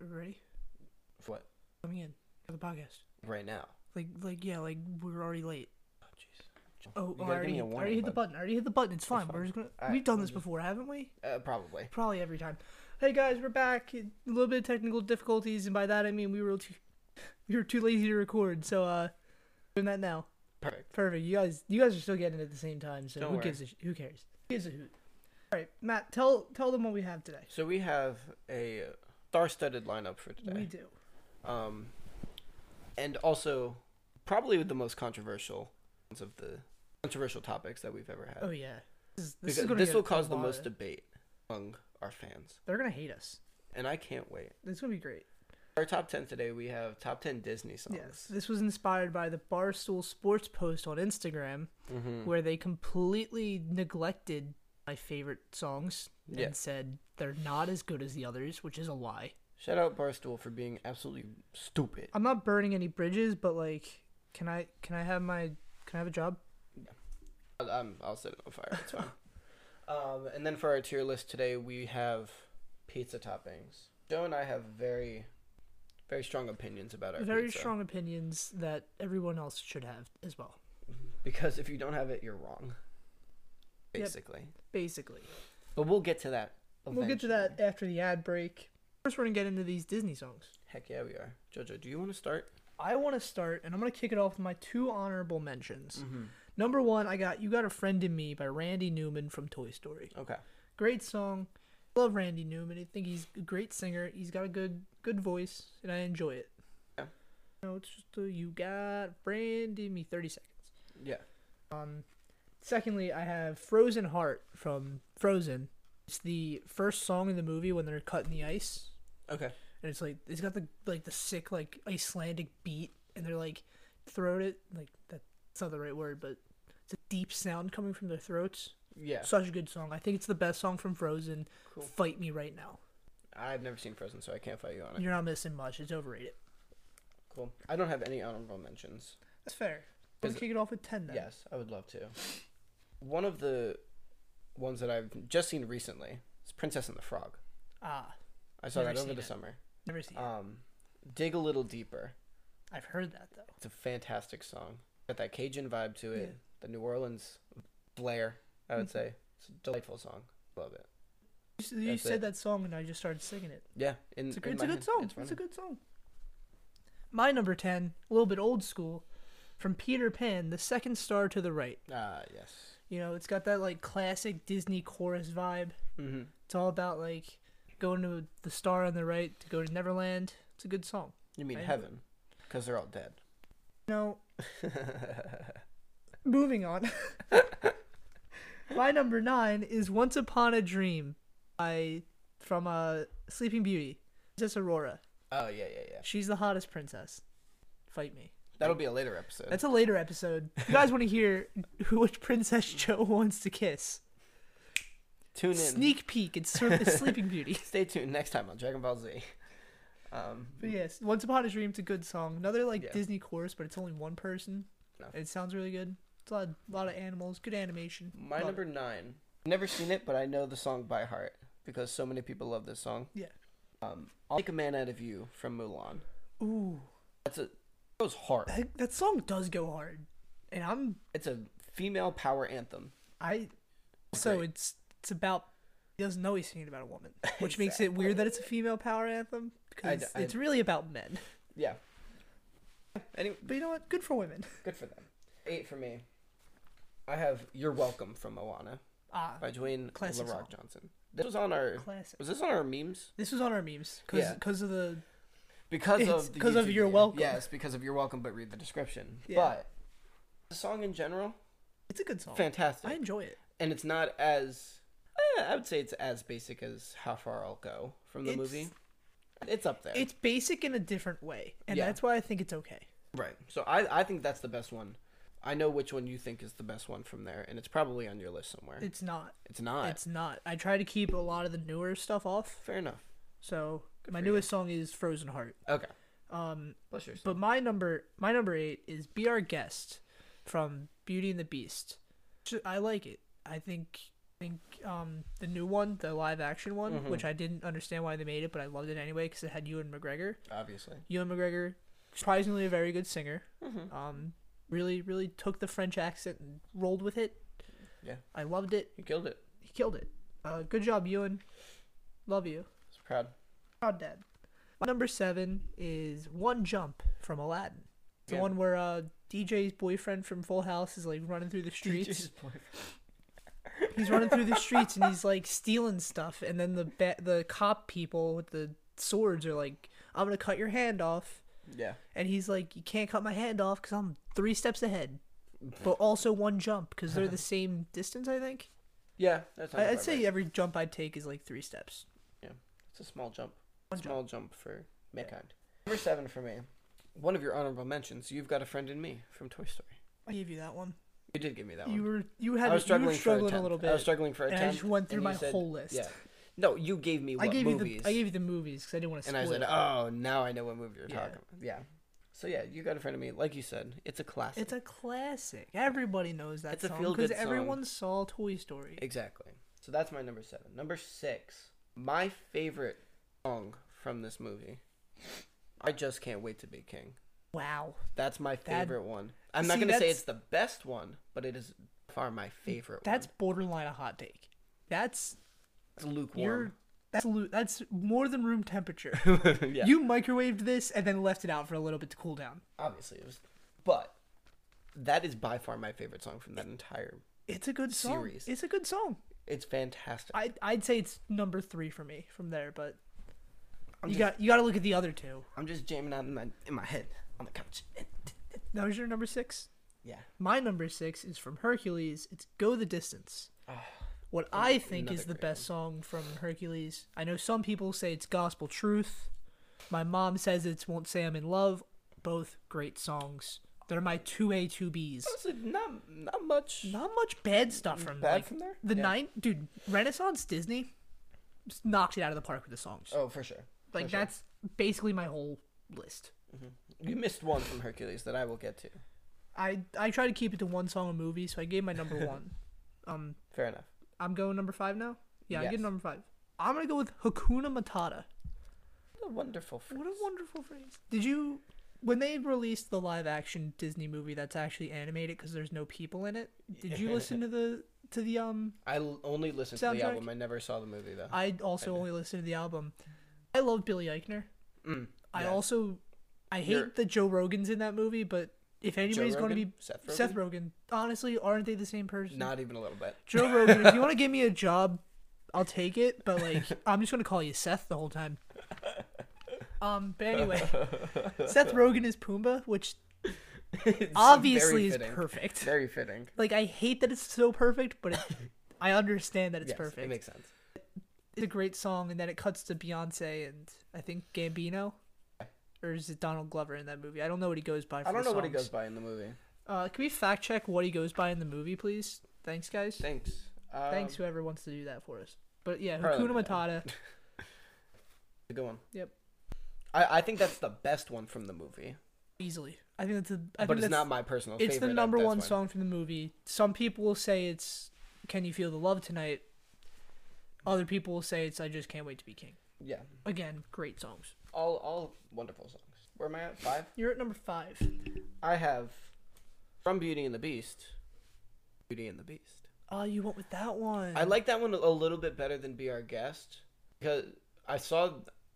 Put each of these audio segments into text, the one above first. Ready? What? Coming in for the podcast. Right now. Like, like, yeah, like we're already late. Oh, jeez. Oh, You I gotta give me already, a I warning, already hit the bud. button. I already hit the button. It's fine. fine. We're just gonna. Alright, we've done we'll this before, haven't we? Uh, probably. Probably every time. Hey guys, we're back. A little bit of technical difficulties, and by that I mean we were too, we were too lazy to record. So uh, doing that now. Perfect. Perfect. You guys, you guys are still getting it at the same time. So Don't who worry. gives a sh- who cares? Who gives a hoot? All right, Matt, tell tell them what we have today. So we have a star-studded lineup for today. We do. um, and also probably the most controversial ones of the controversial topics that we've ever had. Oh yeah. This, is, this, Uh, Because is gonna this get will a cause the lot most of- debate among our fans, They're gonna hate us. and I can't wait. It's gonna be great. Our top ten today, we have top ten Disney songs. Yes, Oh, this was inspired by the Barstool Sports post on Instagram, where they completely neglected my favorite songs Yeah. and said they're not as good as the others, which is a lie. Shout out Barstool for being absolutely stupid. I'm not burning any bridges, but like, can I can I have my can I have a job? I'll, I'm, I'll set it on fire. It's fine. um, and then for our tier list today, we have pizza toppings. Joe and I have very, very strong opinions about our Very pizza. strong opinions that everyone else should have as well. because if you don't have it, you're wrong. Yep. Basically, Basically, but we'll get to that. we'll get to that eventually. after the ad break. First, we're gonna get into these Disney songs. Heck yeah, we are. Jojo, do you want to start? I want to start, and I'm going to kick it off with my two honorable mentions. Number one, I got You Got a Friend in Me by Randy Newman from Toy Story. Okay. Great song. Love Randy Newman. I think he's a great singer. He's got a good good voice, and I enjoy it. Yeah. No, it's just a You Got a Friend in Me 30 seconds. Yeah. Secondly, I have Frozen Heart from Frozen. It's the first song in the movie when they're cutting the ice. Okay. and it's like it's got the like the sick like Icelandic beat, and they're like throat it like that's not the right word, but it's a deep sound coming from their throats. Yeah. Such a good song. I think it's the best song from Frozen. Cool. Fight me right now. I've never seen Frozen, so I can't fight you on it. You're not missing much. It's overrated. Cool. I don't have any honorable mentions. That's fair. Let's kick it off with ten then. Yes, I would love to. One of the ones that I've just seen recently is Princess and the Frog. Ah, I saw Never that over seen the it. summer. never seen. it. Um, Dig a Little Deeper. I've heard that though. It's a fantastic song. Got that Cajun vibe to it. The New Orleans flair, I Mm-hmm. would say. It's a delightful song. Love it. You, s- you That's said it. that song, and I just started singing it. Yeah, in, It's a, in good- it's my a good head, song. It's, It's, a running. good song. My number 10, a little bit old school, from Peter Pan, The Second Star to the Right. Ah, yes. You know, it's got that like classic Disney chorus vibe. Mhm. It's all about like going to the star on the right to go to Neverland. It's a good song. You mean I- heaven? Because they're all dead. No. Moving on. My number nine is Once Upon a Dream by from uh, Sleeping Beauty. Princess Aurora. Oh yeah, yeah, yeah. She's the hottest princess. Fight me. That'll be a later episode. That's a later episode. If you guys want to hear who which princess Joe wants to kiss? Tune in. Sneak peek. It's, Sir- it's Sleeping Beauty. Stay tuned next time on Dragon Ball Z. Um, But yes, Once Upon a Dream's a good song. Another like Yeah. Disney chorus, but it's only one person. No. It sounds really good. It's a lot, lot of animals, good animation. my Love number nine. Never seen it, but I know the song by heart because so many people love this song. it. Um, I'll take a man out of you from Mulan. Yeah. Ooh, That's a that goes hard. that, that song does go hard, and I'm It's a female power anthem. I. So Great. it's it's about he doesn't know he's singing about a woman, which makes it weird that it's a female power anthem I because d- I- it's really about men. Yeah. Anyway, But you know what? Good for women. good for them. Eight for me. I have "You're Welcome" from Moana Ah, by Dwayne Classic LaRock song. Johnson. This was on our. classic. Was this on our memes? This was on our memes Yeah. because of the because It's of the 'cause of YouTube your video. welcome. Yes, because of your welcome. But read the description. Yeah. But the song in general, it's a good song. fantastic, I enjoy it. and it's not as eh, I would say it's as basic as How Far I'll Go from the It's- movie. It's up there, It's basic in a different way, and Yeah. that's why I think it's okay. right? So I I think that's the best one. I know which one you think is the best one from there, and it's probably on your list somewhere. It's, It's not. not. It's not. I try to keep a lot of the newer stuff off. Fair enough. So my newest song is Frozen Heart. Okay. Um, Bless yourself. But my number my number eight is Be Our Guest from Beauty and the Beast. Sh- I like it. I think think um the new one, the live action one, Mhm. which I didn't understand why they made it, but I loved it anyway because it had Ewan McGregor. obviously. Ewan McGregor, surprisingly a very good singer. Mm-hmm. Um, really, really took the French accent and rolled with it. Yeah. I loved it. You killed it. He killed it. Uh, good job, Ewan. Love you. I was proud. Proud dad. My number seven is One Jump from Aladdin. The Yeah. one where uh, DJ's boyfriend from Full House is like running through the streets. he's running through the streets and he's like stealing stuff, and then the ba- the cop people with the swords are like, "I'm gonna cut your hand off," Yeah. and he's like, "You can't cut my hand off because I'm three steps ahead, but also one jump because they're the same distance, I think." Yeah. That's I- I'd say every jump I'd take is like three steps. it's a small jump. One small jump, for mankind. Number seven for me. One of your honorable mentions. You've got a friend in me from Toy Story. I gave you that one. You did give me that You one. were you had I was you struggling, were struggling for a, a, tenth. little bit. I was struggling for a and tenth. I just went through and my you said- whole list. Yeah. No, you gave me what I gave you movies. the I gave you the movies because I didn't want to and spoil. I said, it. "Oh, now I know what movie you're Yeah. talking about." Yeah. So yeah, you got a friend of me. Like you said, it's a classic. It's a classic. Everybody knows that It's a song feel-good because song. everyone saw Toy Story. Exactly. So that's my number seven. Number six, my favorite song from this movie. I just can't wait to be king. Wow. That's my favorite one. I'm See, not gonna say that's- it's the best one, but it is by far my favorite. That's borderline a hot take. That's one. It's lukewarm. you're that's lu- that's more than room temperature. yeah, You microwaved this and then left it out for a little bit to cool down. obviously it was, but that is by far my favorite song from that entire. It's a good song. Series. It's a good song. It's fantastic. I I'd say it's number three for me from there, but I'm you just- got you got to look at the other two. I'm just jamming out in my in my head on the couch. That was your number six. Yeah, My number six is from Hercules. It's "Go the Distance." Ah, What I think another is the great best song from Hercules. I know some people say it's "Gospel Truth." My mom says it's "Won't Say I'm in Love." Both great songs. They're my two A two Bs. honestly, not not much. Not much bad stuff from Bad like, from there? The Yeah. nine dude Renaissance Disney just knocked it out of the park with the songs. Oh, for sure. For like sure. that's basically my whole list. You missed one from Hercules that I will get to. I I try to keep it to one song a movie, so I gave my number one. Um, Fair enough. I'm going number five now. Yeah, I Yes. get number five. I'm gonna go with Hakuna Matata. What a wonderful. Phrase. What a wonderful phrase. Did you when they released the live action Disney movie that's actually animated because there's no people in it? Did you listen to the to the um? I l- only listened to Soundtrack? the album. I never saw the movie though. I also only listened to the album. I love Billy Eichner. Mm, I yeah. also I hate You're- that Joe Rogan's in that movie, but if anybody's going to Rogan? be Seth Seth Rogen, honestly, aren't they the same person? Not even a little bit. Joe Rogan, if you want to give me a job, I'll take it. But like, I'm just gonna call you Seth the whole time. Um, but anyway, Seth Rogen is Pumbaa, which It's obviously very is fitting. perfect. Very fitting. Like, I hate that it's so perfect, but it, I understand that it's Yes, perfect. It makes sense. it's a great song, and then it cuts to Beyonce and I think Gambino, or is it Donald Glover in that movie? I don't know what he goes by. For I don't the know what he songs. goes by in the movie. Uh, can we fact check what he goes by in the movie, please? Thanks, guys. Thanks. Um, Thanks, whoever wants to do that for us. But yeah, Probably Hakuna not. Matata. Good one. Yep. I, I think that's the best one from the movie, easily. I think that's a. I but think it's that's, not my personal favorite. It's the number that's one why- song from the movie. Some people will say it's "Can You Feel the Love Tonight." Other people will say it's "I Just Can't Wait to Be King." Yeah. Again, great songs. All all wonderful songs. Where am I at? Five. You're at number five. I have from Beauty and the Beast. Beauty and the Beast. Oh, you went with that one. I like that one a little bit better than Be Our Guest because I saw.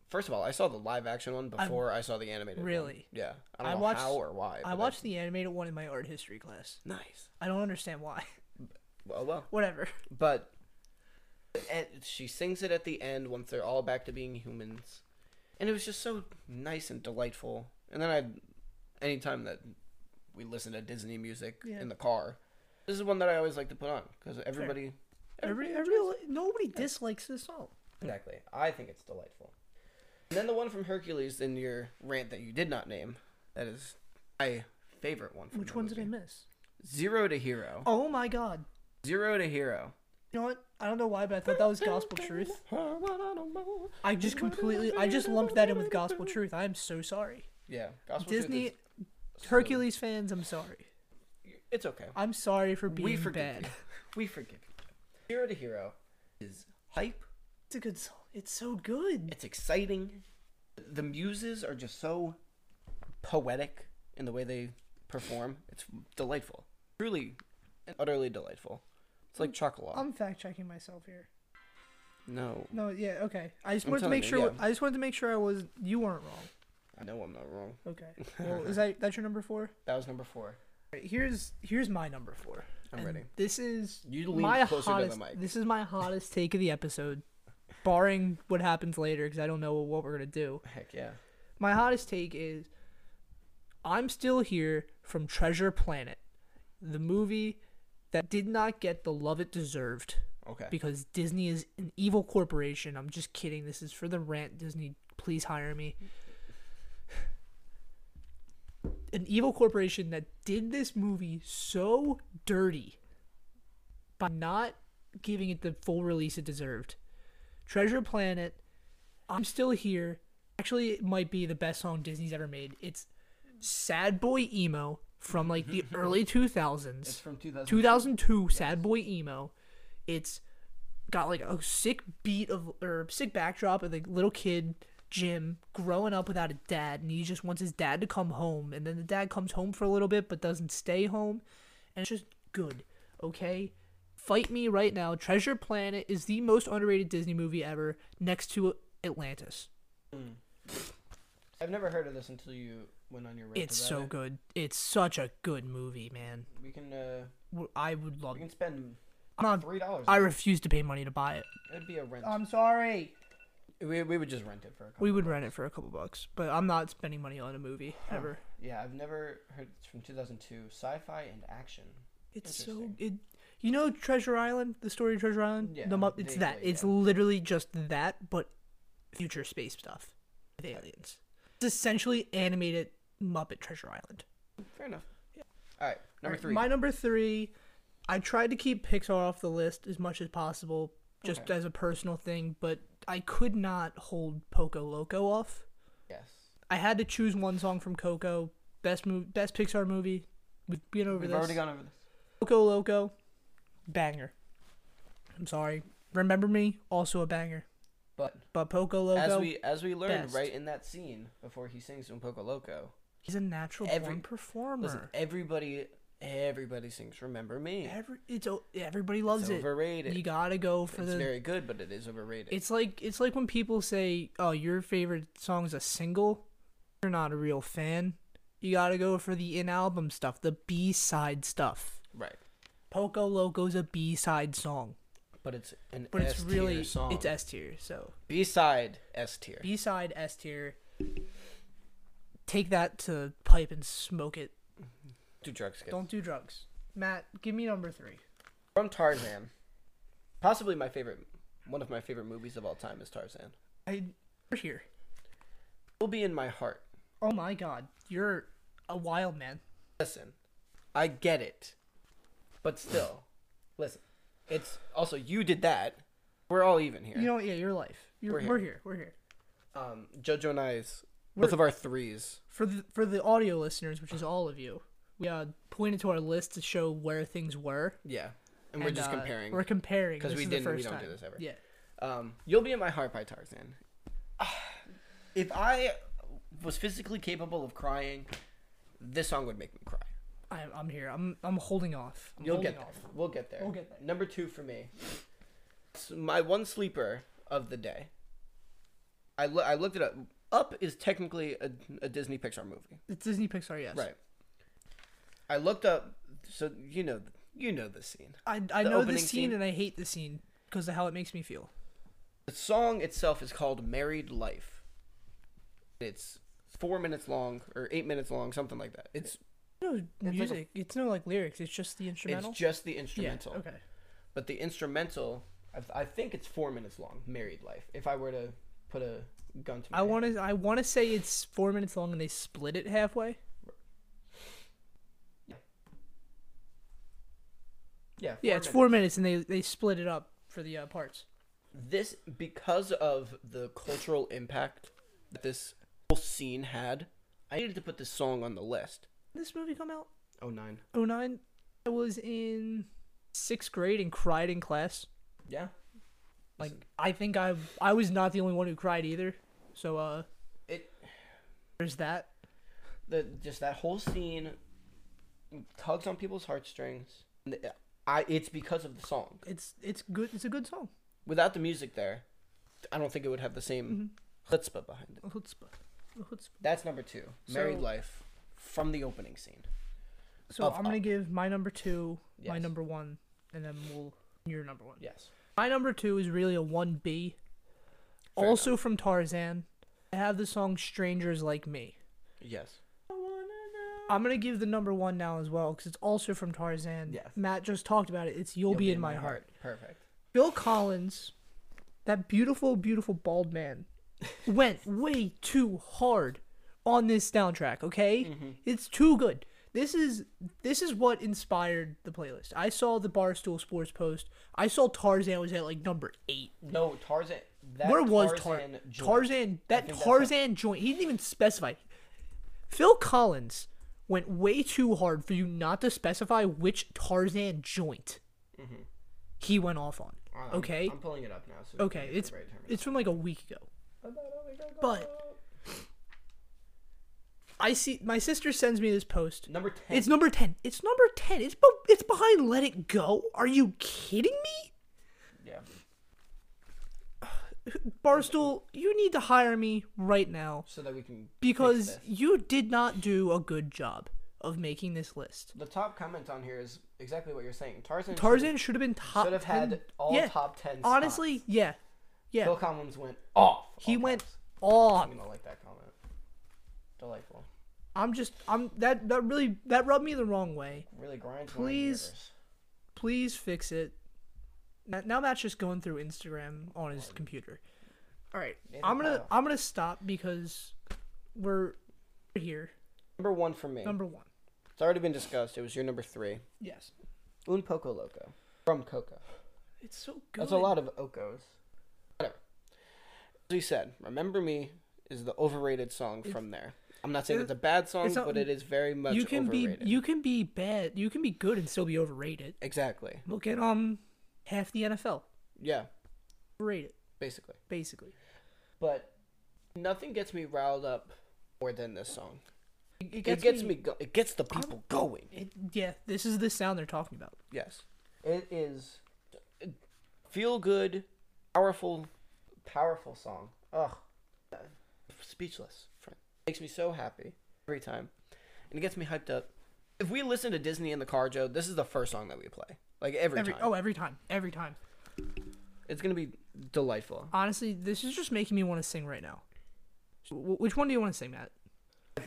First of all, I saw the live action one before i saw the animated. one. Really? Yeah. I don't I know watched- how or why. I but watched the animated one in my art history class. Nice. I don't understand why. Well, well, Whatever. but and she sings it at the end once they're all back to being humans, and it was just so nice and delightful. And then I, anytime that we listen to Disney music Yeah. in the car, this is one that I always like to put on because everybody, Every, enjoys every, it. nobody dislikes this song. Exactly. I think it's delightful. And then the one from Hercules in your rant that you did not name. That is my favorite one. From Which the one did I movie. miss? Zero to Hero. Oh my god. Zero to Hero. You know what? I don't know why, but I thought that was gospel truth. I just completely, I just lumped that in with gospel truth. I am so sorry. Yeah. Gospel Truth Disney, is- Hercules fans, I'm sorry. It's okay. I'm sorry for being we forgive bad. you. We forgive you. Hero to Hero is hype. It's a good song. It's so good. It's exciting. The muses are just so poetic in the way they perform. It's delightful. Truly and utterly delightful. It's like chocolate. I'm fact checking myself here. no. No, yeah, okay. I just I'm wanted to make telling sure. you, yeah. I just wanted to make sure I was you weren't wrong. I know I'm not wrong. Okay. Well, is that that's your number four? That was number four. All right, here's here's my number four. I'm And ready. This is You lean my closer to the hottest, mic. This is my hottest take of the episode, barring what happens later because I don't know what we're gonna do. Heck yeah. My hottest take is I'm still here from Treasure Planet, the movie that did not get the love it deserved Okay. because Disney is an evil corporation. I'm just kidding. This is for the rant. Disney, please hire me. An evil corporation that did this movie so dirty by not giving it the full release it deserved. Treasure Planet, I'm still here. Actually, it might be the best song Disney's ever made. It's Sad Boy Emo from like the early 2000s. it's from 2000. 2002 sad boy emo it's got like a sick beat of or sick backdrop of the little kid jim growing up without a dad and he just wants his dad to come home and then the dad comes home for a little bit but doesn't stay home and it's just good okay fight me right now treasure planet is the most underrated disney movie ever next to atlantis I've never heard of this until you went on your rant it's about so it. good it's such a good movie man We can uh, W- i would love we can it spend I'm not, three dollars. Um, i refuse to pay money to buy it It'd be a rent. i'm sorry we, we would just rent it for a couple. We would rent it for a couple bucks, but I'm not spending money on a movie ever. Yeah, I've never heard. It's from 2002. Sci-fi and action. It's so Interesting. it. You know Treasure Island, the story of Treasure Island. Yeah, the, mu- it's that. vaguely, It's yeah. literally just that, but future space stuff with aliens. It's essentially animated Muppet Treasure Island. Fair enough. All right, number Alright, three. My number three. I tried to keep Pixar off the list as much as possible, just Okay. as a personal thing, but I could not hold Poco Loco off. Yes. I had to choose one song from Coco. Best move, best Pixar movie. We've been over We've this. already gone over this. Coco Loco, banger. I'm sorry. Remember Me, also a banger. But But Poco Loco, as we as we learned best. right in that scene before he sings "Un Poco Loco," he's a natural every- born performer. listen, everybody everybody sings "Remember Me." Every, it's o- everybody loves it's it. overrated. You gotta go for it's the. very good, but it is overrated. It's like it's like when people say, "Oh, your favorite song's a single." You're not a real fan. You gotta go for the in-album stuff, the B-side stuff. right, Poco Loco's a B-side song, but it's an but S it's really song. it's S tier. So B-side S tier. B side S tier. Take that to pipe and smoke it. Do drugs, kids. Don't do drugs. Matt, give me number three. From Tarzan, possibly my favorite, one of my favorite movies of all time is Tarzan. I you're here. Will be in my heart. Oh my god, you're a wild man. Listen, I get it, but still, listen. It's also you did that. We're all even here. You know, what? yeah, your life. You're, We're we're, here. here. we're here. um, JoJo and I's both We're- of our threes. For the for the audio listeners, which is all of you, we uh, pointed to our list to show where things were. Yeah, and we're just uh, comparing. We're comparing 'Cause because we we didn't- The we first don't do time. this ever. Yeah. Um, You'll Be in My Heart by Tarzan. If I was physically capable of crying, this song would make me cry. I, I'm here. I'm I'm holding off. I'm You'll holding get there. off. We'll get there. We'll get there. Number two for me. It's my one sleeper of the day. I, lo- I looked it up. Up is technically a, a Disney Pixar movie. It's Disney Pixar. Yes. Right. I looked up. So you know you know the scene. I I The know opening this scene, scene. and I hate this scene because of how it makes me feel. The song itself is called "Married Life." It's four minutes long or eight minutes long, something like that. It's No music. music. it's no like lyrics. It's just the instrumental. it's just the instrumental. Yeah. Okay. But the instrumental, I, I think it's four minutes long. "Married Life." If I were to put a gun to my I want to. I want to say it's four minutes long, and they split it halfway. Yeah, Yeah, it's four minutes, and they they split it up for the uh, parts. This because of the cultural impact that this whole scene had. I needed to put this song on the list. Did this movie come out Oh nine. 09? I was in sixth grade and cried in class. Yeah. Like I think I I was not the only one who cried either. So uh, It there's that. the just that whole scene tugs on people's heartstrings. And I it's because of the song. It's it's good. It's a good song. Without the music there, I don't think it would have the same Mm-hmm. chutzpah behind it. Chutzpah. Chutzpah. That's number two. Married So- life from the opening scene. So Of I'm gonna up. give my number two, my Yes. number one, and then we'll your number one. Yes. My number two is really a one B. Fair Also from Tarzan, I have the song "Strangers Like Me." Yes. I'm gonna give the number one now as well because it's also from Tarzan. Yes. Matt just talked about it. It's "You'll, Be, in My heart. Perfect. Bill Collins, that beautiful, beautiful bald man, went way too hard on this soundtrack. Okay, Mm-hmm. it's too good. This is this is what inspired the playlist. I saw the Barstool Sports post. I saw Tarzan was at like number eight. No, Tarzan. That Where was Tar- Tarzan? joint- Tarzan? That think that's Tarzan joint. He didn't even specify. Phil Collins went way too hard for you not to specify which Tarzan joint he went off on. Um, Okay, Mm-hmm. I'm pulling it up now. So we Okay, can get it's the right term. it's from like a week ago. But- I see my sister sends me this post. number ten. It's number 10. It's number 10. It's be- it's behind Let It Go. Are you kidding me? yeah. Barstool, Mm-hmm. you need to hire me right now So that we can fix because this. you did not do a good job of making this list. the top comment on here is exactly what you're saying. Tarzan. should- Tarzan should have been top Should have 10. had all yeah. top 10 Honestly, yeah. Yeah. Bill Collins went off. he All went caps. off. I'm gonna like that comment. Delightful. I'm just I'm that that really that rubbed me the wrong way. Really grinds. my Please. gears. Please fix it. Ma- Now Matt's just going through Instagram on his computer. All right, I'm gonna Kyle. I'm gonna stop because we're here. Number one for me. Number one. It's already been discussed. It was your number three. Yes, Un poco loco from Coco. it's so good. That's a lot of Ocos. Whatever. As we said, Remember Me is the overrated song from there. I'm not saying it's a bad song, it's not- but it is very much You can overrated. be you can be bad. You can be good and still be overrated. exactly. Look at um half the NFL Yeah, overrated basically. basically. But nothing gets me riled up more than this song. It, it gets me. go- it gets the people going. It, yeah, this is the sound they're talking about. Yes. It is feel good, powerful, powerful song. Ugh. Speechless, friend. Makes me so happy every time. And it gets me hyped up. If we listen to Disney in the car, Joe, this is the first song that we play. Like every, Every time. oh every time every time. It's going to be delightful. Honestly, this is just making me want to sing right now. Wh- Which one do you want to sing, Matt?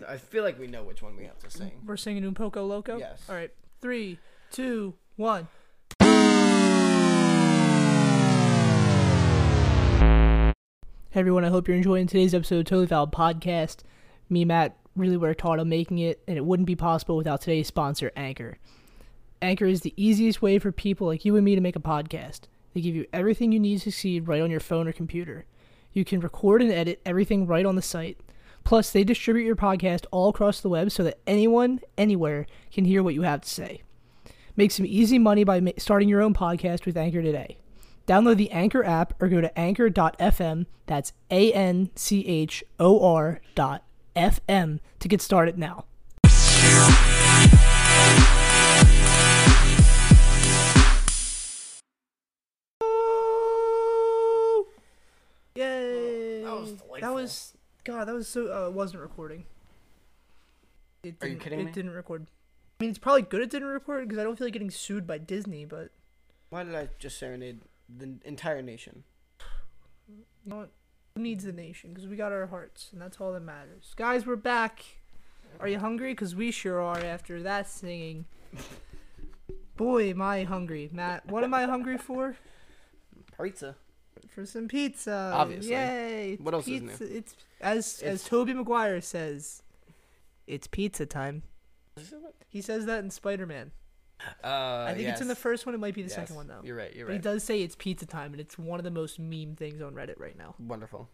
I feel like we know which one we have to sing. We're singing Un Poco Loco? Yes. All right. Three, two, one. Hey, everyone. I hope you're enjoying today's episode of Totally Valid Podcast. Me, and Matt, really worked hard on making it, and it wouldn't be possible without today's sponsor, Anchor. Anchor is the easiest way for people like you and me to make a podcast. They give you everything you need to succeed right on your phone or computer. You can record and edit everything right on the site. Plus, they distribute your podcast all across the web so that anyone, anywhere, can hear what you have to say. Make some easy money by ma- starting your own podcast with Anchor today. Download the Anchor app or go to anchor.fm, that's A N C H O R dot FM, to get started now. Yay! Oh, That was That delightful. was God. That was so. Uh, it wasn't recording. It Are you didn't- kidding It me? didn't record. I mean, it's probably good it didn't record because I don't feel like getting sued by Disney. But Why did I just serenade the entire nation? you know what? who needs the nation? Because we got our hearts, and that's all that matters. Guys, we're back. Are you hungry? Because we sure are. After that singing, boy, am I hungry, Matt. What am I hungry for? Pizza. For some pizza. Obviously. Yay! it's What else is new? pizza. It's as as Toby Maguire says, it's pizza time. He says that in Spider Man. Uh, I think it's in the first one. It might be the yes. second one though. You're right. You're But he right. does say it's pizza time, and it's one of the most meme things on Reddit right now. Wonderful.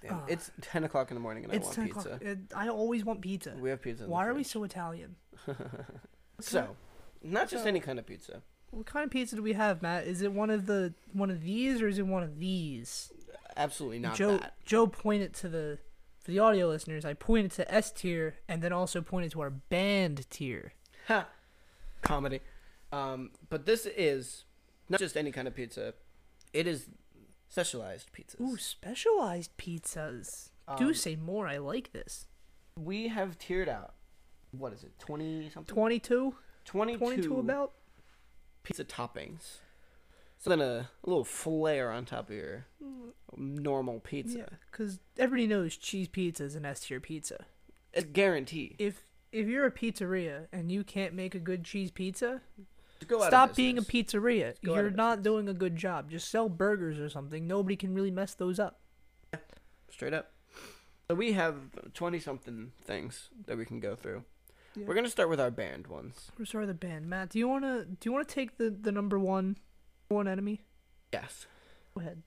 Damn, Ah. it's ten o'clock in the morning and it's I ten want o'clock. pizza. Uh, I always want pizza. We have pizza. in the Why are we fridge. so Italian? So, Not just any kind of pizza. What kind of pizza do we have, Matt? Is it one of the one of these or is it one of these? Absolutely not Joe that. Joe pointed to the for the audio listeners, I pointed to S tier and then also pointed to our band tier. Ha. Comedy. Um, but this is not just any kind of pizza. It is specialized pizzas. Ooh, specialized pizzas. Do Um, say more, I like this. We have tiered out. What is it? Twenty something. 22? 22, 22 about? pizza toppings. So then a, a little flair on top of your normal pizza. Mm. Yeah, because everybody knows cheese pizza is an S tier pizza. It's a guarantee. If if you're a pizzeria and you can't make a good cheese pizza, Go out of stop being a business. pizzeria. Go out You're of not doing a good job. Just sell burgers or something. Nobody can really mess those up. Straight up. So we have 20 something things that we can go through. Yeah. We're going to start with our band ones. We're sorry, the band. Matt, do you wanna do you wanna take the the number one one enemy? Yes. Go ahead,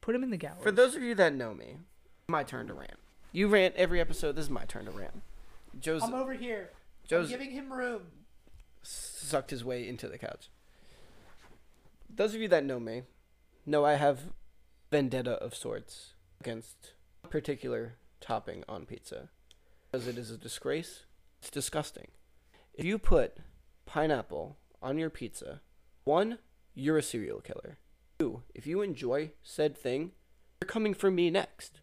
put him in the gallery. For those of you that know me, my turn to rant. You rant every episode. This is my turn to rant. Joe's over here. Joe's him room. sucked his way into the couch. Those of you that know me know I have vendetta of sorts against a particular topping on pizza because it is a disgrace. It's disgusting. If you put pineapple on your pizza, one, you're a serial killer. Two, if you enjoy said thing, you're coming for me next.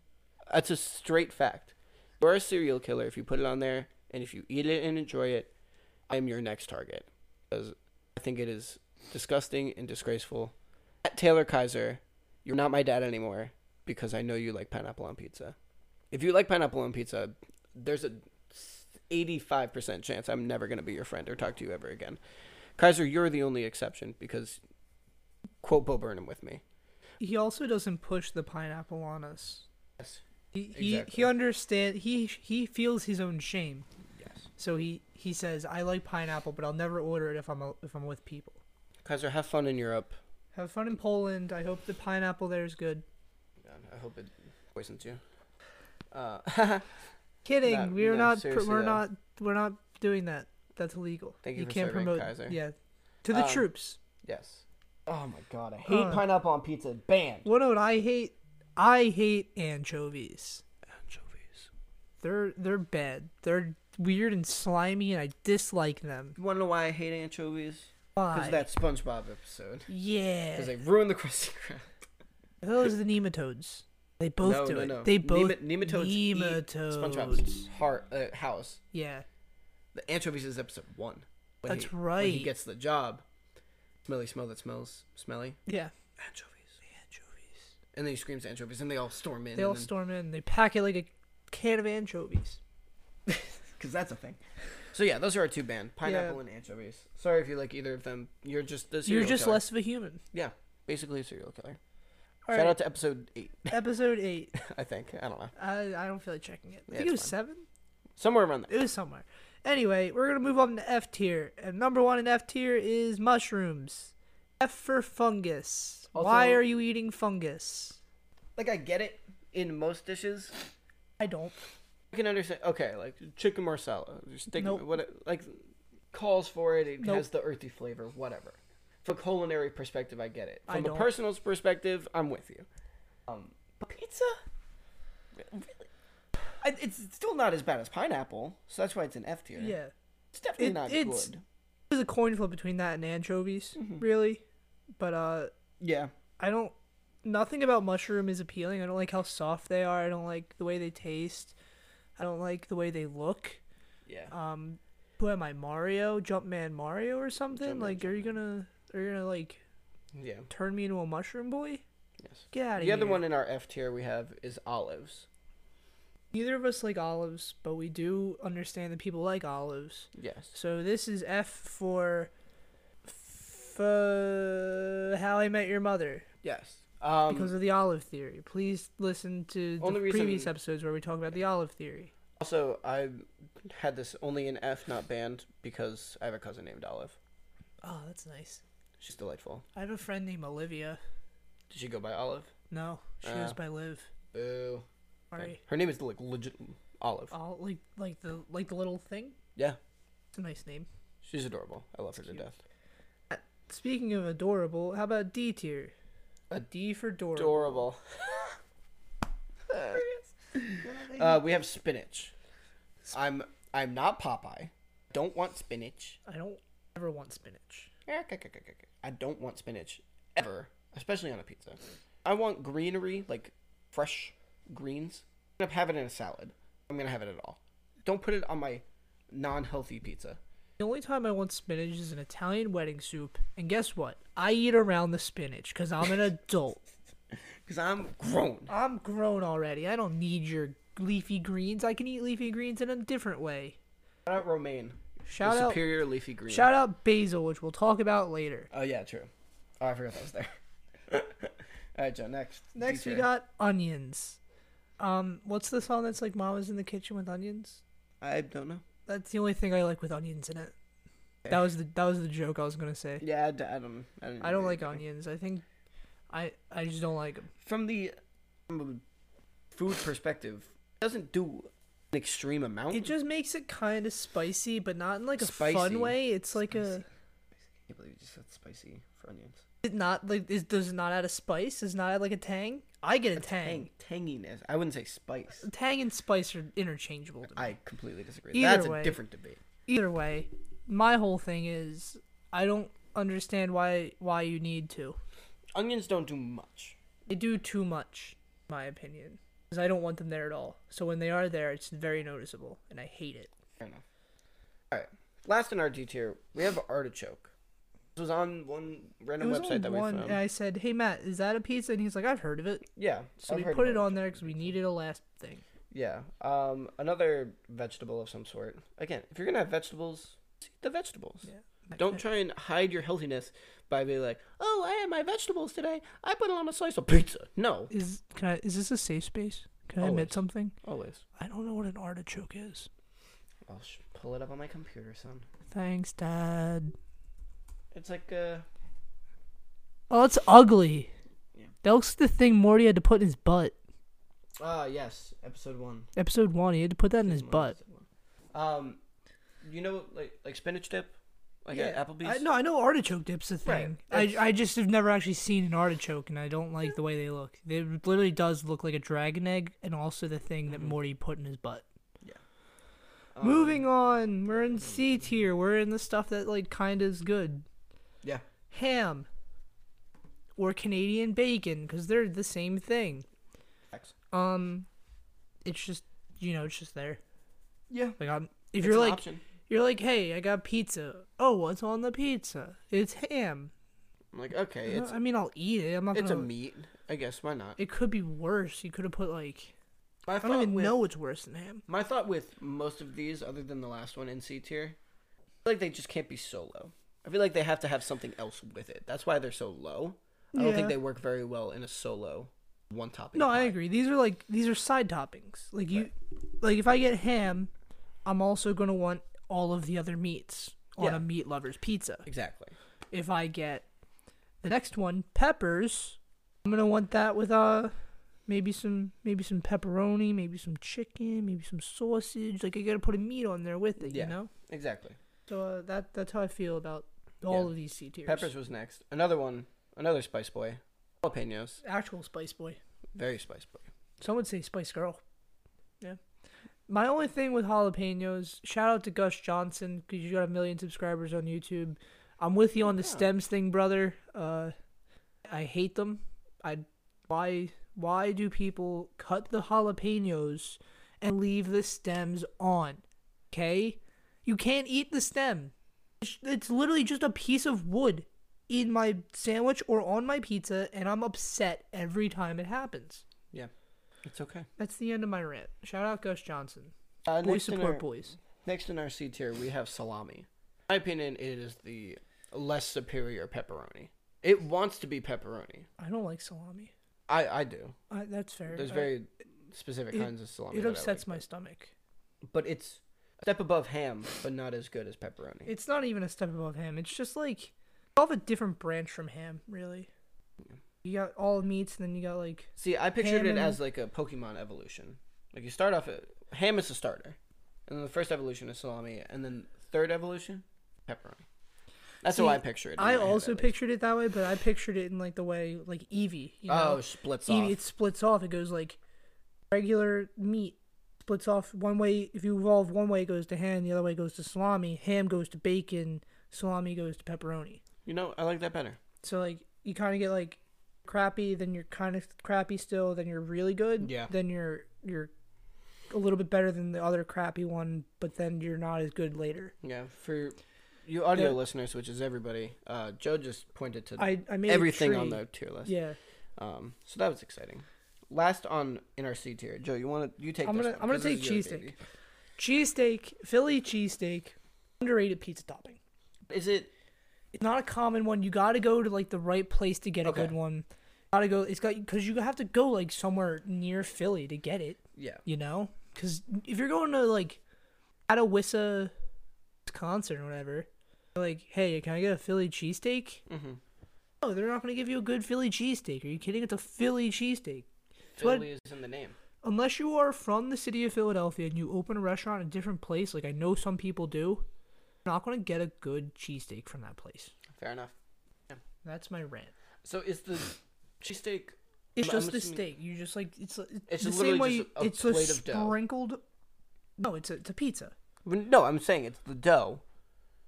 That's a straight fact. You're a serial killer if you put it on there, and if you eat it and enjoy it, I'm your next target. Because I think it is disgusting and disgraceful. At Taylor Kaiser, you're not my dad anymore because I know you like pineapple on pizza. If you like pineapple on pizza, there's a 85% chance I'm never going to be your friend or talk to you ever again. Kaiser, you're the only exception because quote Bo Burnham with me. He also doesn't push the pineapple on us. Yes. He he, Exactly. he understand. He he feels his own shame. Yes. So he he says, "I like pineapple, but I'll never order it if I'm a, if I'm with people." Kaiser, have fun in Europe. Have fun in Poland. I hope the pineapple there is good. God, I hope it poisons you. Uh, Kidding. No, we're no, not. Pr- seriously, we're though. not. We're not doing that. That's illegal. Thank you for can't serving, promote. Kaiser. Yeah. To the Um, troops. yes. Oh my god, I hate Uh. pineapple on pizza. Banned. What know what I hate? I hate anchovies. Anchovies. They're they're bad. They're weird and slimy, and I dislike them. You want to know why I hate anchovies? Because Why? that SpongeBob episode. yeah. Because they ruined the Krusty Krab. Those are the nematodes. They both no, do no, it. no. They both Nema- nematodes. eat SpongeBob's heart, uh, house. Yeah. The anchovies is episode one. When That's he, When he right. gets the job. Smelly smell that smells smelly. Yeah. Anchovies. And then he screams anchovies, and they all storm in. They all storm in. They pack it like a can of anchovies. because that's a thing. So yeah, those are our two banned pineapple Yeah. and anchovies. Sorry if you like either of them. You're just the You're serial just killer. less of a human. Yeah, basically a serial killer. All Shout right. out to episode eight, Episode eight. I think. I don't know, I, I don't feel like checking it. I Yeah, think it was it's seven. somewhere around there. It was somewhere. Anyway, we're gonna move on to F tier, and number one in F tier is mushrooms. F for fungus. Why Also- are you eating fungus? Like I get it in most dishes. I don't. I can understand. Okay, like chicken marsala, just stick Nope. what it, like calls for it. It Nope. has the earthy flavor, whatever. From a culinary perspective, I get it. I From a don't. personal perspective, I'm with you. Um, but pizza, really, I- it's still not as bad as pineapple, so that's why it's an F tier. Yeah. It's definitely It- not it's- good. There's a coin flip between that and anchovies, Mm-hmm. really. But uh, Yeah. I don't. Nothing about mushroom is appealing. I don't like how soft they are. I don't like the way they taste. I don't like the way they look. Yeah. Um, who am I, Mario, Jumpman, Mario, or something? Jumpman, like, are you gonna, are you gonna like yeah. turn me into a mushroom boy? Yes. Get out of The here. other one in our F tier we have is olives. Neither of us like olives, but we do understand that people like olives. Yes. So this is F for. F- uh, How I Met Your Mother. Yes. Um, because of the olive theory. Please listen to the Only reason- previous episodes where we talk about the olive theory. Also, I had this only in F, not banned, because I have a cousin named Olive. Oh, that's nice. She's delightful. I have a friend named Olivia. Did she go by Olive? No, she Uh, goes by Liv. Boo. Sorry. Her name is like legit Olive. Oh, like like the like the little thing. Yeah, It's a nice name. She's adorable. I love her to death. Speaking of adorable, how about D tier? A D for Dora. Adorable. uh, we have spinach. I'm I'm not Popeye. Don't want spinach. I don't ever want spinach. Eh, I don't want spinach ever, especially on a pizza. I want greenery, like fresh greens. I'm gonna have it in a salad. I'm gonna have it at all. Don't put it on my non-healthy pizza. The only time I want spinach is an Italian wedding soup, and guess what? I eat around the spinach because I'm an adult. Cause I'm grown. I'm grown already. I don't need your leafy greens. I can eat leafy greens in a different way. Shout out romaine. Shout The out, superior leafy green. shout out basil, which we'll talk about later. Oh yeah, true. Oh, I forgot that was there. all right, Joe. Next. Next, we DJ. got onions. Um, what's the song that's like "Mama's in the kitchen with onions"? I don't know. That's the only thing I like with onions in it. That was the that was the joke I was gonna say. Yeah, I d- I don't. I don't, I don't like onions. I think I I just don't like 'em. From the from a food perspective, it doesn't do an extreme amount. It just makes it kind of spicy, but not in like a Spicy. fun way. It's like a Spicy. I can't believe you just said spicy for onions. it not like is does it not add a spice? Does it not add like a tang? I get a, tang. Tang, tanginess. I wouldn't say spice. tang. and spice are interchangeable. To me. I completely disagree. Either That's way. a different debate. Either way, my whole thing is I don't understand why why you need to. Onions don't do much. They do too much, in my opinion. Because I don't want them there at all. So when they are there, it's very noticeable, and I hate it. Fair enough. All right. Last in our D tier, we have artichoke. This was on one It random was website only that we one, uh, found. and I said, "Hey Matt, is that a pizza?" And he's like, "I've heard of it." yeah. So I've we heard put of it on artichoke. there because we needed a last thing. Yeah. Um, another vegetable of some sort. Again, if you're gonna have vegetables, just eat the vegetables. Don't try and hide your healthiness by being like, "Oh, I had my vegetables today. I put it on a slice of pizza." No, Is can I? Is this a safe space? Can I admit Always. something? always. I don't know what an artichoke is. I'll sh- pull it up on my computer, son. Thanks, Dad. It's like uh, Oh, it's ugly. Yeah. That looks the thing Morty had to put in his butt. ah, yes, episode one. Episode one, he had to put that in his One, butt. episode one. Um, you know, like like spinach dip, like at Applebee's. I, no, I know artichoke dip's a Right, thing. that's- I, I just have never actually seen an artichoke, and I don't like the way they look. They literally does look like a dragon egg, and also the thing that Morty put in his butt. Mm-hmm. Um, Moving on, we're in C tier. We're in the stuff that like kind of is good. Yeah. Ham or Canadian bacon, because they're the same thing. Facts. Um, it's just you know, it's just there. Yeah. Like I'm, if It's you're an like option. you're like, hey, I got pizza. Oh, what's on the pizza? It's ham. I'm like, okay, it's I mean, I'll eat it. I'm not it's a gonna. meat. I guess why not? it could be worse. You could have put like My I don't thought even with- know what's worse than ham. My thought with most of these, other than the last one in C tier, I feel like they just can't be so low. I feel like they have to have something else with it. That's why they're so low. I don't Yeah. think they work very well in a solo one topic. No, I agree. These are like these are side toppings. Like you, like if I get ham, I'm also gonna want all of the other meats on Yeah. a meat lover's pizza. Exactly. If I get the next one, peppers, I'm gonna want that with uh maybe some maybe some pepperoni, maybe some chicken, maybe some sausage. Like I gotta put a meat on there with it. Yeah. You know. Exactly. So uh, that that's how I feel about all Yeah. of these C tiers. Peppers was next. Another one. Another Spice Boy. Jalapenos. actual Spice Boy. Very Spice Boy. Some would say Spice Girl. Yeah. My only thing with jalapenos, shout out to Gus Johnson because you got a million subscribers on YouTube. I'm with you on the stems thing, brother. Uh, I hate them. I why why do people cut the jalapenos and leave the stems on? Okay, you can't eat the stem. It's, it's literally just a piece of wood in my sandwich or on my pizza, and I'm upset every time it happens. Yeah. It's okay. That's the end of my rant. Shout out Gus Johnson. Uh, Boys next in support our- boys. Next in our C tier, we have salami. In my opinion, it is the less superior pepperoni. It wants to be pepperoni. I don't like salami. I, I do. I, that's fair. There's I- very specific it- kinds of salami. it that I upsets like. my stomach. But it's a step above ham, but not as good as pepperoni. It's not even a step above ham. It's just like all of a different branch from ham, really. You got all meats, and then you got like See, I pictured ham it and- as like a Pokemon evolution. Like you start off at, ham is the starter, and then the first evolution is salami, and then third evolution pepperoni. That's how I picture it. in I my head, also at least. pictured it that way, but I pictured it in like the way like Evie. You know? Oh, it splits Evie, off. it splits off. It goes like regular meat splits off one way. If you evolve one way, it goes to ham. The other way goes to salami. Ham goes to bacon. Salami goes to pepperoni. You know, I like that better. So like you kind of get like crappy, then you're kind of crappy still, then you're really good. Yeah. Then you're you're a little bit better than the other crappy one, but then you're not as good later. Yeah, for you audio Yeah. listeners, which is everybody, uh, Joe just pointed to I I made a everything on tree. the tier list. Yeah. Um, so that was exciting. Last on in our C tier, Joe, you want to you take? I'm this gonna- one, I'm gonna 'cause this take is your cheesesteak. baby. Cheesesteak, Philly cheesesteak, underrated pizza topping. Is it It's not a common one. You got to go to like the right place to get a Okay. good one. Got to go. It's got because you have to go like somewhere near Philly to get it. yeah? you know because if you're going to like Attawissa, Wisconsin or whatever, you're like, hey, can I get a Philly cheesesteak? Mm-hmm. No, they're not going to give you a good Philly cheesesteak. Are you kidding? It's a Philly cheesesteak. what- Philly is in the name. Unless you are from the city of Philadelphia and you open a restaurant in a different place, like I know some people do, you're not going to get a good cheesesteak from that place. Fair enough. That's my rant. So is the cheesesteak? It's I'm- I'm just the assuming- steak. You just like it's it's, It's the literally same way. just a it's a plate of dough. sprinkled. No, it's a, it's a pizza. Well, No, I'm saying it's the dough,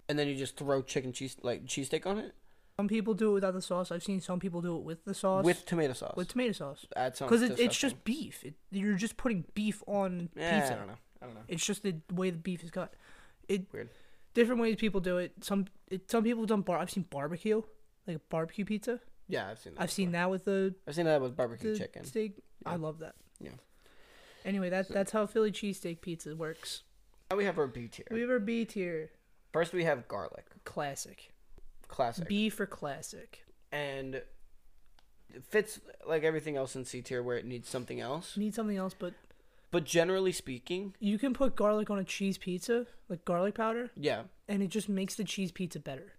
and then you just throw chicken cheese like cheesesteak on it Some people do it without the sauce. I've seen some people do it with the sauce. with tomato sauce. with tomato sauce that sounds because it, it's disgusting. just beef. It, you're just putting beef on Eh, pizza. I don't know. I don't know. It's just the way the beef is cut. It Weird. different ways people do it. Some it, some people done bar. I've seen barbecue, like a barbecue pizza. Yeah, I've seen that. I've seen that with the, I've seen that with barbecue the chicken. steak. I love that. Yeah. Anyway, that that's how Philly cheesesteak pizza works. Now we have our B tier. We have our B tier First, we have garlic, classic. classic, B for classic. and it fits like everything else in C tier where it needs something else. Need something else, but But generally speaking, you can put garlic on a cheese pizza, like garlic powder, yeah. and it just makes the cheese pizza better,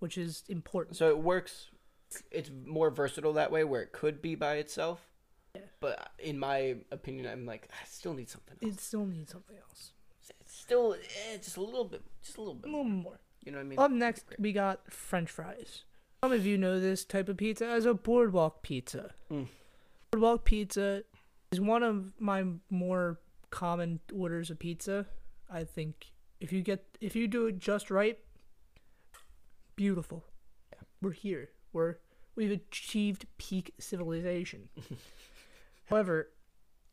which is important. So it works. It's more versatile that way, where it could be by itself. But in my opinion, I'm like, I still need something. Else. It still needs something else. It's still eh, just a little bit, just a little A bit. little more. You know what I mean? Up next, we got French fries. Some of you know this type of pizza as a boardwalk pizza. Boardwalk pizza is one of my more common orders of pizza. I think if you get if you do it just right, beautiful. We're here. We're we've achieved peak civilization. However,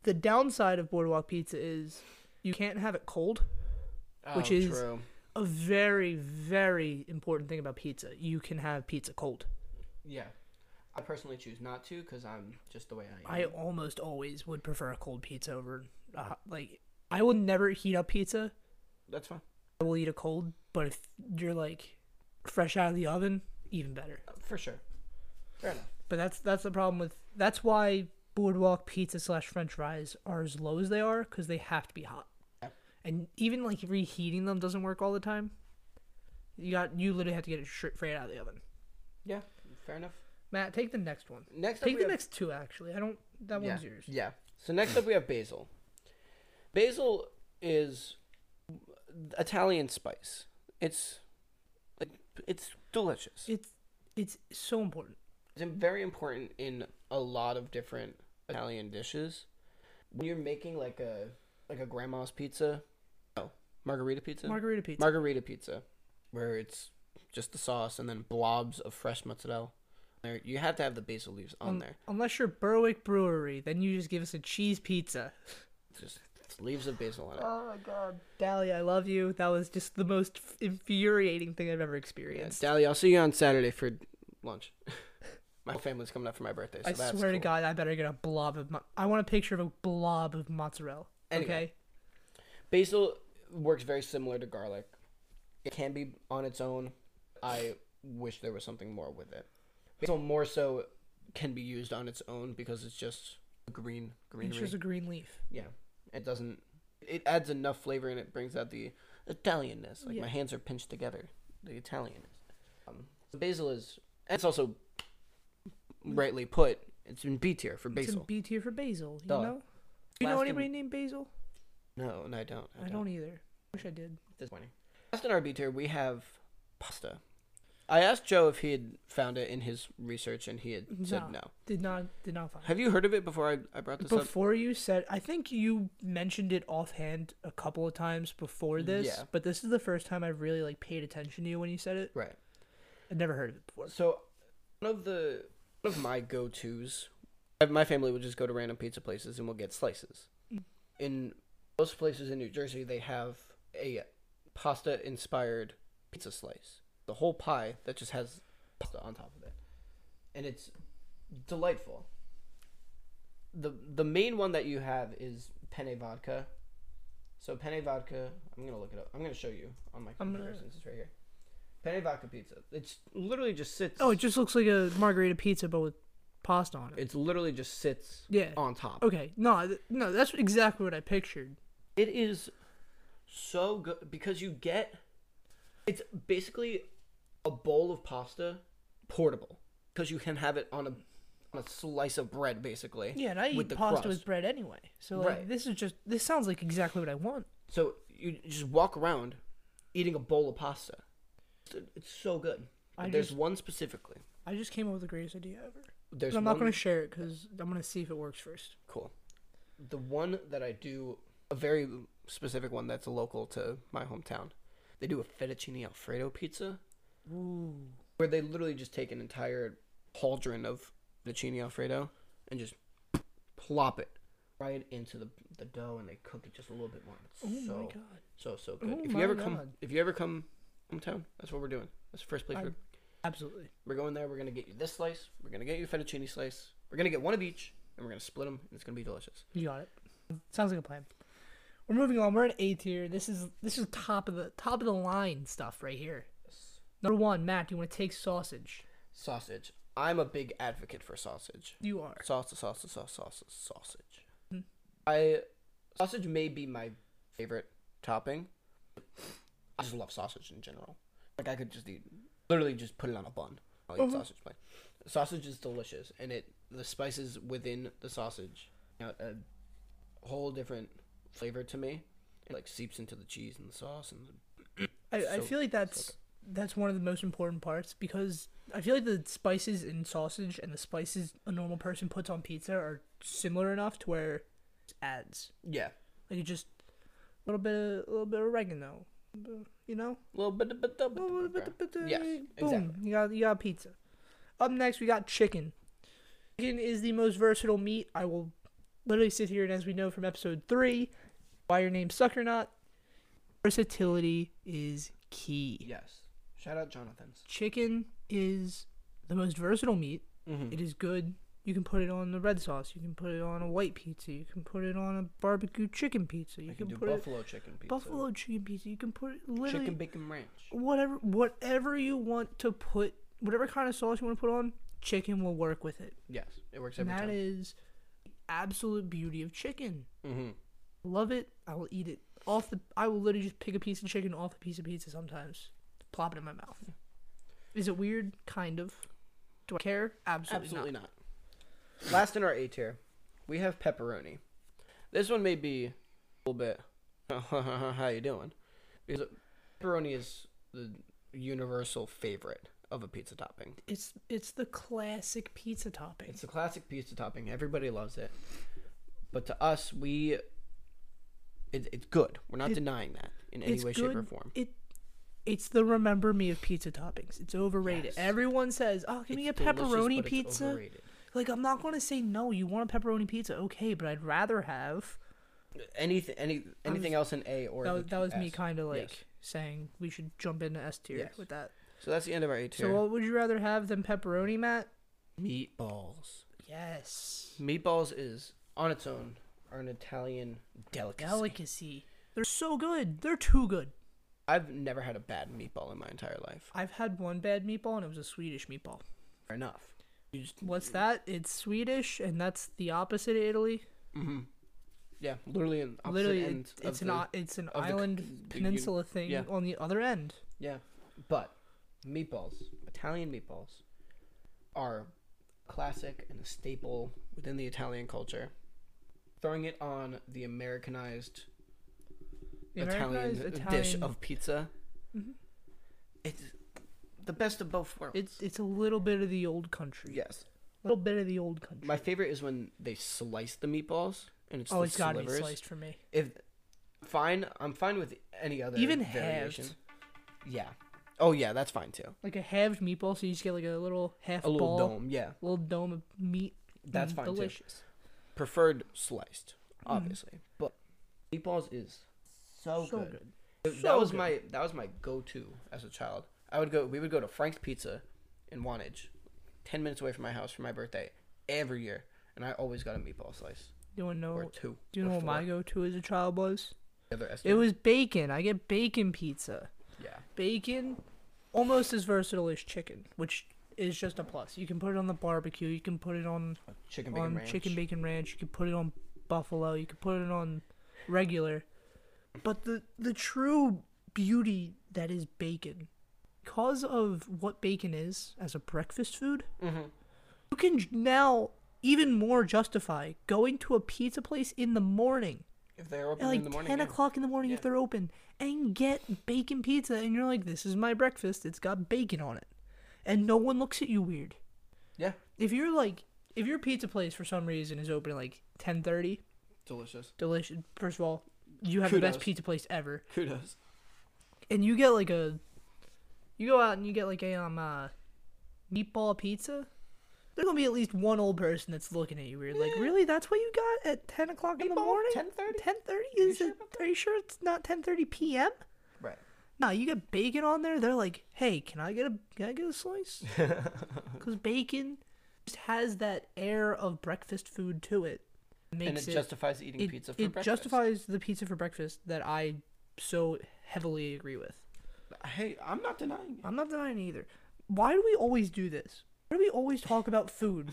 the downside of boardwalk pizza is you can't have it cold which Oh, is- true. a very very important thing about pizza you can have pizza cold yeah. I personally choose not to because I'm just the way I am. i almost always would prefer a cold pizza over a hot, like i will never heat up pizza That's fine. i will eat a cold but if you're like fresh out of the oven even better For sure. Fair enough. but that's that's the problem with that's why boardwalk pizza slash french fries are as low as they are because they have to be hot Yeah. and even like reheating them doesn't work all the time you got you literally have to get it straight straight out of the oven Yeah. Fair enough. matt take the next one Next up Take we the have- next two, actually. I don't. That yeah. one's yours. Yeah. So next up we have basil. Basil is Italian spice. It's like it's delicious. It's it's so important. It's very important in a lot of different Italian dishes. When you're making like a like a grandma's pizza, no, margarita pizza, Margarita pizza. margarita pizza, where it's just the sauce and then blobs of fresh mozzarella. There, you have to have the basil leaves on Un- there. Unless you're Berwick Brewery, then you just give us a cheese pizza. Just leaves of basil on it. Oh my god, Dally, I love you. That was just the most f- infuriating thing I've ever Yeah, experienced. Dally, I'll see you on Saturday for lunch. my whole family's coming up for my birthday, so I that's swear to cool. God, I better get a blob of. Mo- I want a picture of a blob of mozzarella. Anyway. Okay, Basil works very similar to garlic. It can be on its own. I wish there was something more with it. Basil more so can be used on its own because it's just green, it's greenery. just a green leaf. Yeah, it doesn't. It adds enough flavor and it brings out the Italianness. Like Yeah. my hands are pinched together. The Italianness. Um, so basil is. And it's also rightly put. It's in B tier for It's in basil. B tier for basil. You Duh. know. Do you know Last anybody in- named Basil? no, no, I don't. I don't either. Wish I did. Disappointing. Last in our B tier, we have pasta. I asked Joe if he had found it in his research, and he had said no. Did not did not find. Have you heard of it before I, I brought this up? Before you said, I think you mentioned it offhand a couple of times before this, Yeah. but this is the first time I've really like paid attention to you when you said it. Right. I'd never heard of it before. So one of the one of my go tos, my family would just go to random pizza places and we'll get slices. Mm. In most places in New Jersey, they have a pasta inspired pizza slice, the whole pie that just has pasta on top of it, and it's delightful. the The main one that you have is penne vodka. So penne vodka, I'm gonna look it up. I'm gonna show you on my I'm gonna- comparisons. It's right here. Penne vodka pizza. It's literally just sits. Oh, it just looks like a margarita pizza, but with pasta on it. It's literally just sits Yeah. on top. Okay, no, th- no, that's exactly what I pictured. It is so good because you get it's basically a bowl of pasta portable because you can have it on a on a slice of bread basically. Yeah, and I eat pasta with bread anyway, so like Right. this is just this sounds like exactly what I want. So you just walk around eating a bowl of pasta. It's- It's so good. I There's just- one specifically. I just came up with the greatest idea ever. There's But I'm one- not going to share it because I'm going to see if it works first. Cool. The one that I do, a very specific one that's local to my hometown, they do a fettuccine alfredo pizza Ooh. where they literally just take an entire cauldron of fettuccine alfredo and just plop it right into the, the dough and they cook it just a little bit more. It's Oh so, my god. so so good. Oh if you my ever come, God. if you ever come hometown, that's what we're doing. That's the first place I- we're, Absolutely. we're going there. We're gonna get you this slice. We're gonna get you a fettuccine slice. We're gonna get one of each and we're gonna split them and it's gonna be delicious. You got it. Sounds like a plan. We're moving on. We're at A tier. This is this is top of the top of the line stuff right here. Number one, Matt, do you want to take sausage? Sausage. I'm a big advocate for sausage. You are. Hmm. Sausage, sausage, sausage, sausage, sausage. I sausage may be my favorite topping. I just love sausage in general. Like I could just eat, literally just put it on a bun. I'll eat Uh-huh. sausage plain. Sausage is delicious, and it the spices within the sausage, you know, a whole different flavor to me. It like seeps into the cheese and the sauce, and the, I, I So- feel like that's that's one of the most important parts because I feel like the spices in sausage and the spices a normal person puts on pizza are similar enough to where it adds. yeah, Like you just a little bit of, a little bit of oregano, you know. little bit, but the yes, Boom! exactly. You got you got pizza. Up next, we got chicken. Chicken is the most versatile meat. I will literally sit here and, as we know from episode three, why your name suck or not, versatility is key. Yes. Shout out Jonathan's. Chicken is the most versatile meat. It is good. You can put it on the red sauce. You can put it on a white pizza. You can put it on a barbecue chicken pizza. You You can, do put buffalo chicken pizza. it buffalo chicken pizza. You can put it literally chicken bacon ranch. whatever whatever you want to put whatever kind of sauce you want to put on chicken will work with it Yes, it works and every that time. is the absolute beauty of chicken mm-hmm. love it i will eat it off the i will literally just pick a piece of chicken off a piece of pizza sometimes plop it in my mouth is it weird kind of do i care absolutely, Absolutely not. not. Last in our A tier, we have pepperoni. This one may be a little bit how you doing, because pepperoni is the universal favorite of a pizza topping. it's it's the classic pizza topping It's a classic pizza topping. Everybody loves it, but to us, we it, it's good. We're not denying that in any it's way, shape, or good. form. it it's the remember me of pizza toppings. It's overrated. Yes. Everyone says, "Oh, give me a It's delicious, pepperoni but it's pizza." overrated. Like I'm not going to say no. You want a pepperoni pizza, okay? But I'd rather have. anything any anything else in A or That the was, that was me S. kind of like Yes. saying we should jump into S tier Yes. with that. So that's the end of our A tier. So what would you rather have than pepperoni, Matt? meatballs. Yes, Meatballs is on its own are an Italian delicacy. delicacy. They're so good. They're too good. I've never had a bad meatball in my entire life. I've had one bad meatball and it was a Swedish meatball. Fair enough. You just What's that? It's Swedish and that's the opposite of Italy. yeah, literally an opposite Literally, it- end of it's an the- o- it's an of the c- island the uni- peninsula thing yeah. on the other end. yeah. But meatballs, Italian meatballs, are classic and a staple within the Italian culture. Throwing it on the Americanized The Italian, Americanized Mm-hmm. dish of pizza. It's The best of both worlds. It's it's a little bit of the old country. yes. A little bit of the old country. My favorite is when they slice the meatballs and it's oh, the it's got to be slivers. sliced for me. If fine, I'm fine with any other Even variation. halved. Yeah. Oh yeah, that's fine too. Like a halved meatball, so you just get like a little half A little ball, dome, yeah. little dome of meat. That's Mm, fine, too. Delicious. Preferred sliced, Mm-hmm. obviously. But meatballs is so, So good. good. Th- So that was good. my that was my go-to as a child. I would go. We would go to Frank's Pizza in Wantage, ten minutes away from my house for my birthday every year, and I always got a meatball slice Do you want to know? or two. do you know or what four. my go-to as a child was? The other SD. It was bacon. I get bacon pizza. yeah. Bacon, almost as versatile as chicken, which is just a plus. You can put it on the barbecue. You can put it on Chicken bacon on ranch. chicken bacon ranch. You can put it on buffalo. You can put it on regular. But the the true beauty that is bacon, because of what bacon is as a breakfast food, Mm-hmm. you can j- now even more justify going to a pizza place in the morning If they're open at like in the morning. 10 yeah. o'clock in the morning if Yeah. they're open and get bacon pizza and you're like this is my breakfast it's got bacon on it and no one looks at you weird Yeah. if you're like if your pizza place for some reason is open at like 10.30 Delicious. delicious first of all you have the best Kudos. pizza place ever Kudos. and you get like a you go out and you get like a um uh, meatball pizza there's gonna be at least one old person that's looking at you weird like really that's what you got at 10 o'clock in the Meatball? morning 10:30? 10.30 is sure it are you sure it's not 10.30 p.m Right. no you get bacon on there they're like hey can i get a can i get a slice because bacon just has that air of breakfast food to it And it, justifies eating it, pizza for it breakfast. justifies the pizza for breakfast that i so heavily agree with Hey, I'm not denying it I'm not denying either. Why do we always do this? Why do we always talk about food?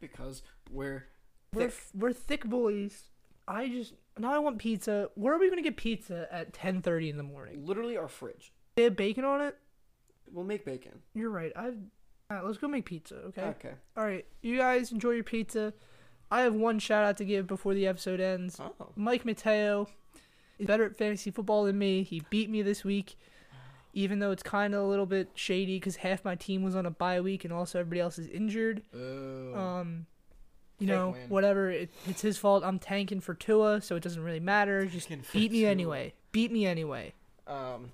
because we're We're, thick. we're thick boys. I just now I want pizza. Where are we gonna get pizza at 10:30 in the morning? literally our fridge. They have bacon on it. We'll make bacon. You're right. I. All right, let's go make pizza. Okay. Okay. All right. You guys enjoy your pizza. I have one shout out to give before the episode ends. Oh. Mike Mateo is better at fantasy football than me. He beat me this week, even though it's kind of a little bit shady because half my team was on a bye week and also everybody else is injured. Ooh. Um, you Fake know, win. whatever. It, it's his fault. I'm tanking for Tua, so it doesn't really matter. Just Tanking for beat me Tua. anyway. Beat me anyway. um,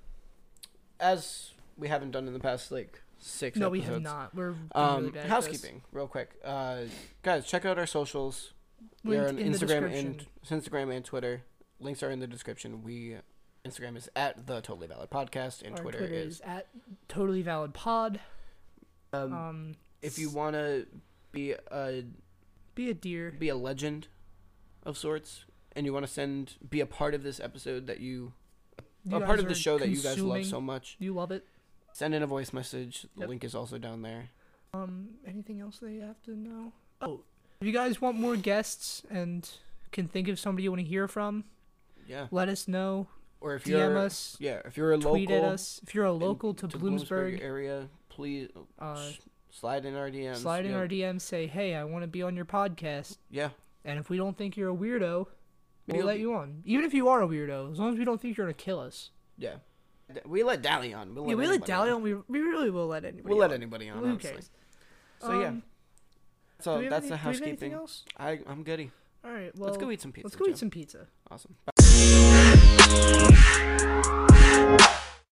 as we haven't done in the past like six. no, we have episodes. not. We're Um, really bad at this. housekeeping, real quick, uh, guys. Check out our socials. We Link are on in the Instagram and description. Instagram and Twitter. Links are in the description. We Instagram is at the Totally Valid Podcast, and Our Twitter, is. at totally valid pod. Um, Um, if you want to be a be a deer. be a legend of sorts, and you want to send be a part of this episode that you, You a part guys of the are show that you guys love consuming- so much, You love it. send in a voice message. The Yep. link is also down there. Um, anything else they have to know? Oh, if you guys want more guests and can think of somebody you want to hear from, Yeah. let us know. Or if DM you're us. yeah, if you're a Tweet local at us. If you're a local to, to Bloomsburg, area, please uh, uh, s- slide in our DMs. slide in yeah. our DMs, say, "Hey, I want to be on your podcast." Yeah. And if we don't think you're a weirdo, we'll Maybe you'll let be- you on. Even if you are a weirdo, as long as we don't think you're gonna kill us. Yeah. D- We let Dally on. We'll yeah, we let anybody Dally on. on. We, we really will let anybody. We'll let on. anybody on, Who honestly. cares? So, yeah. Um, do So we have that's any- do the we have anything housekeeping. else? I, I'm goody. All right. Well, let's go eat some pizza. Let's go Joe. eat some pizza. Awesome.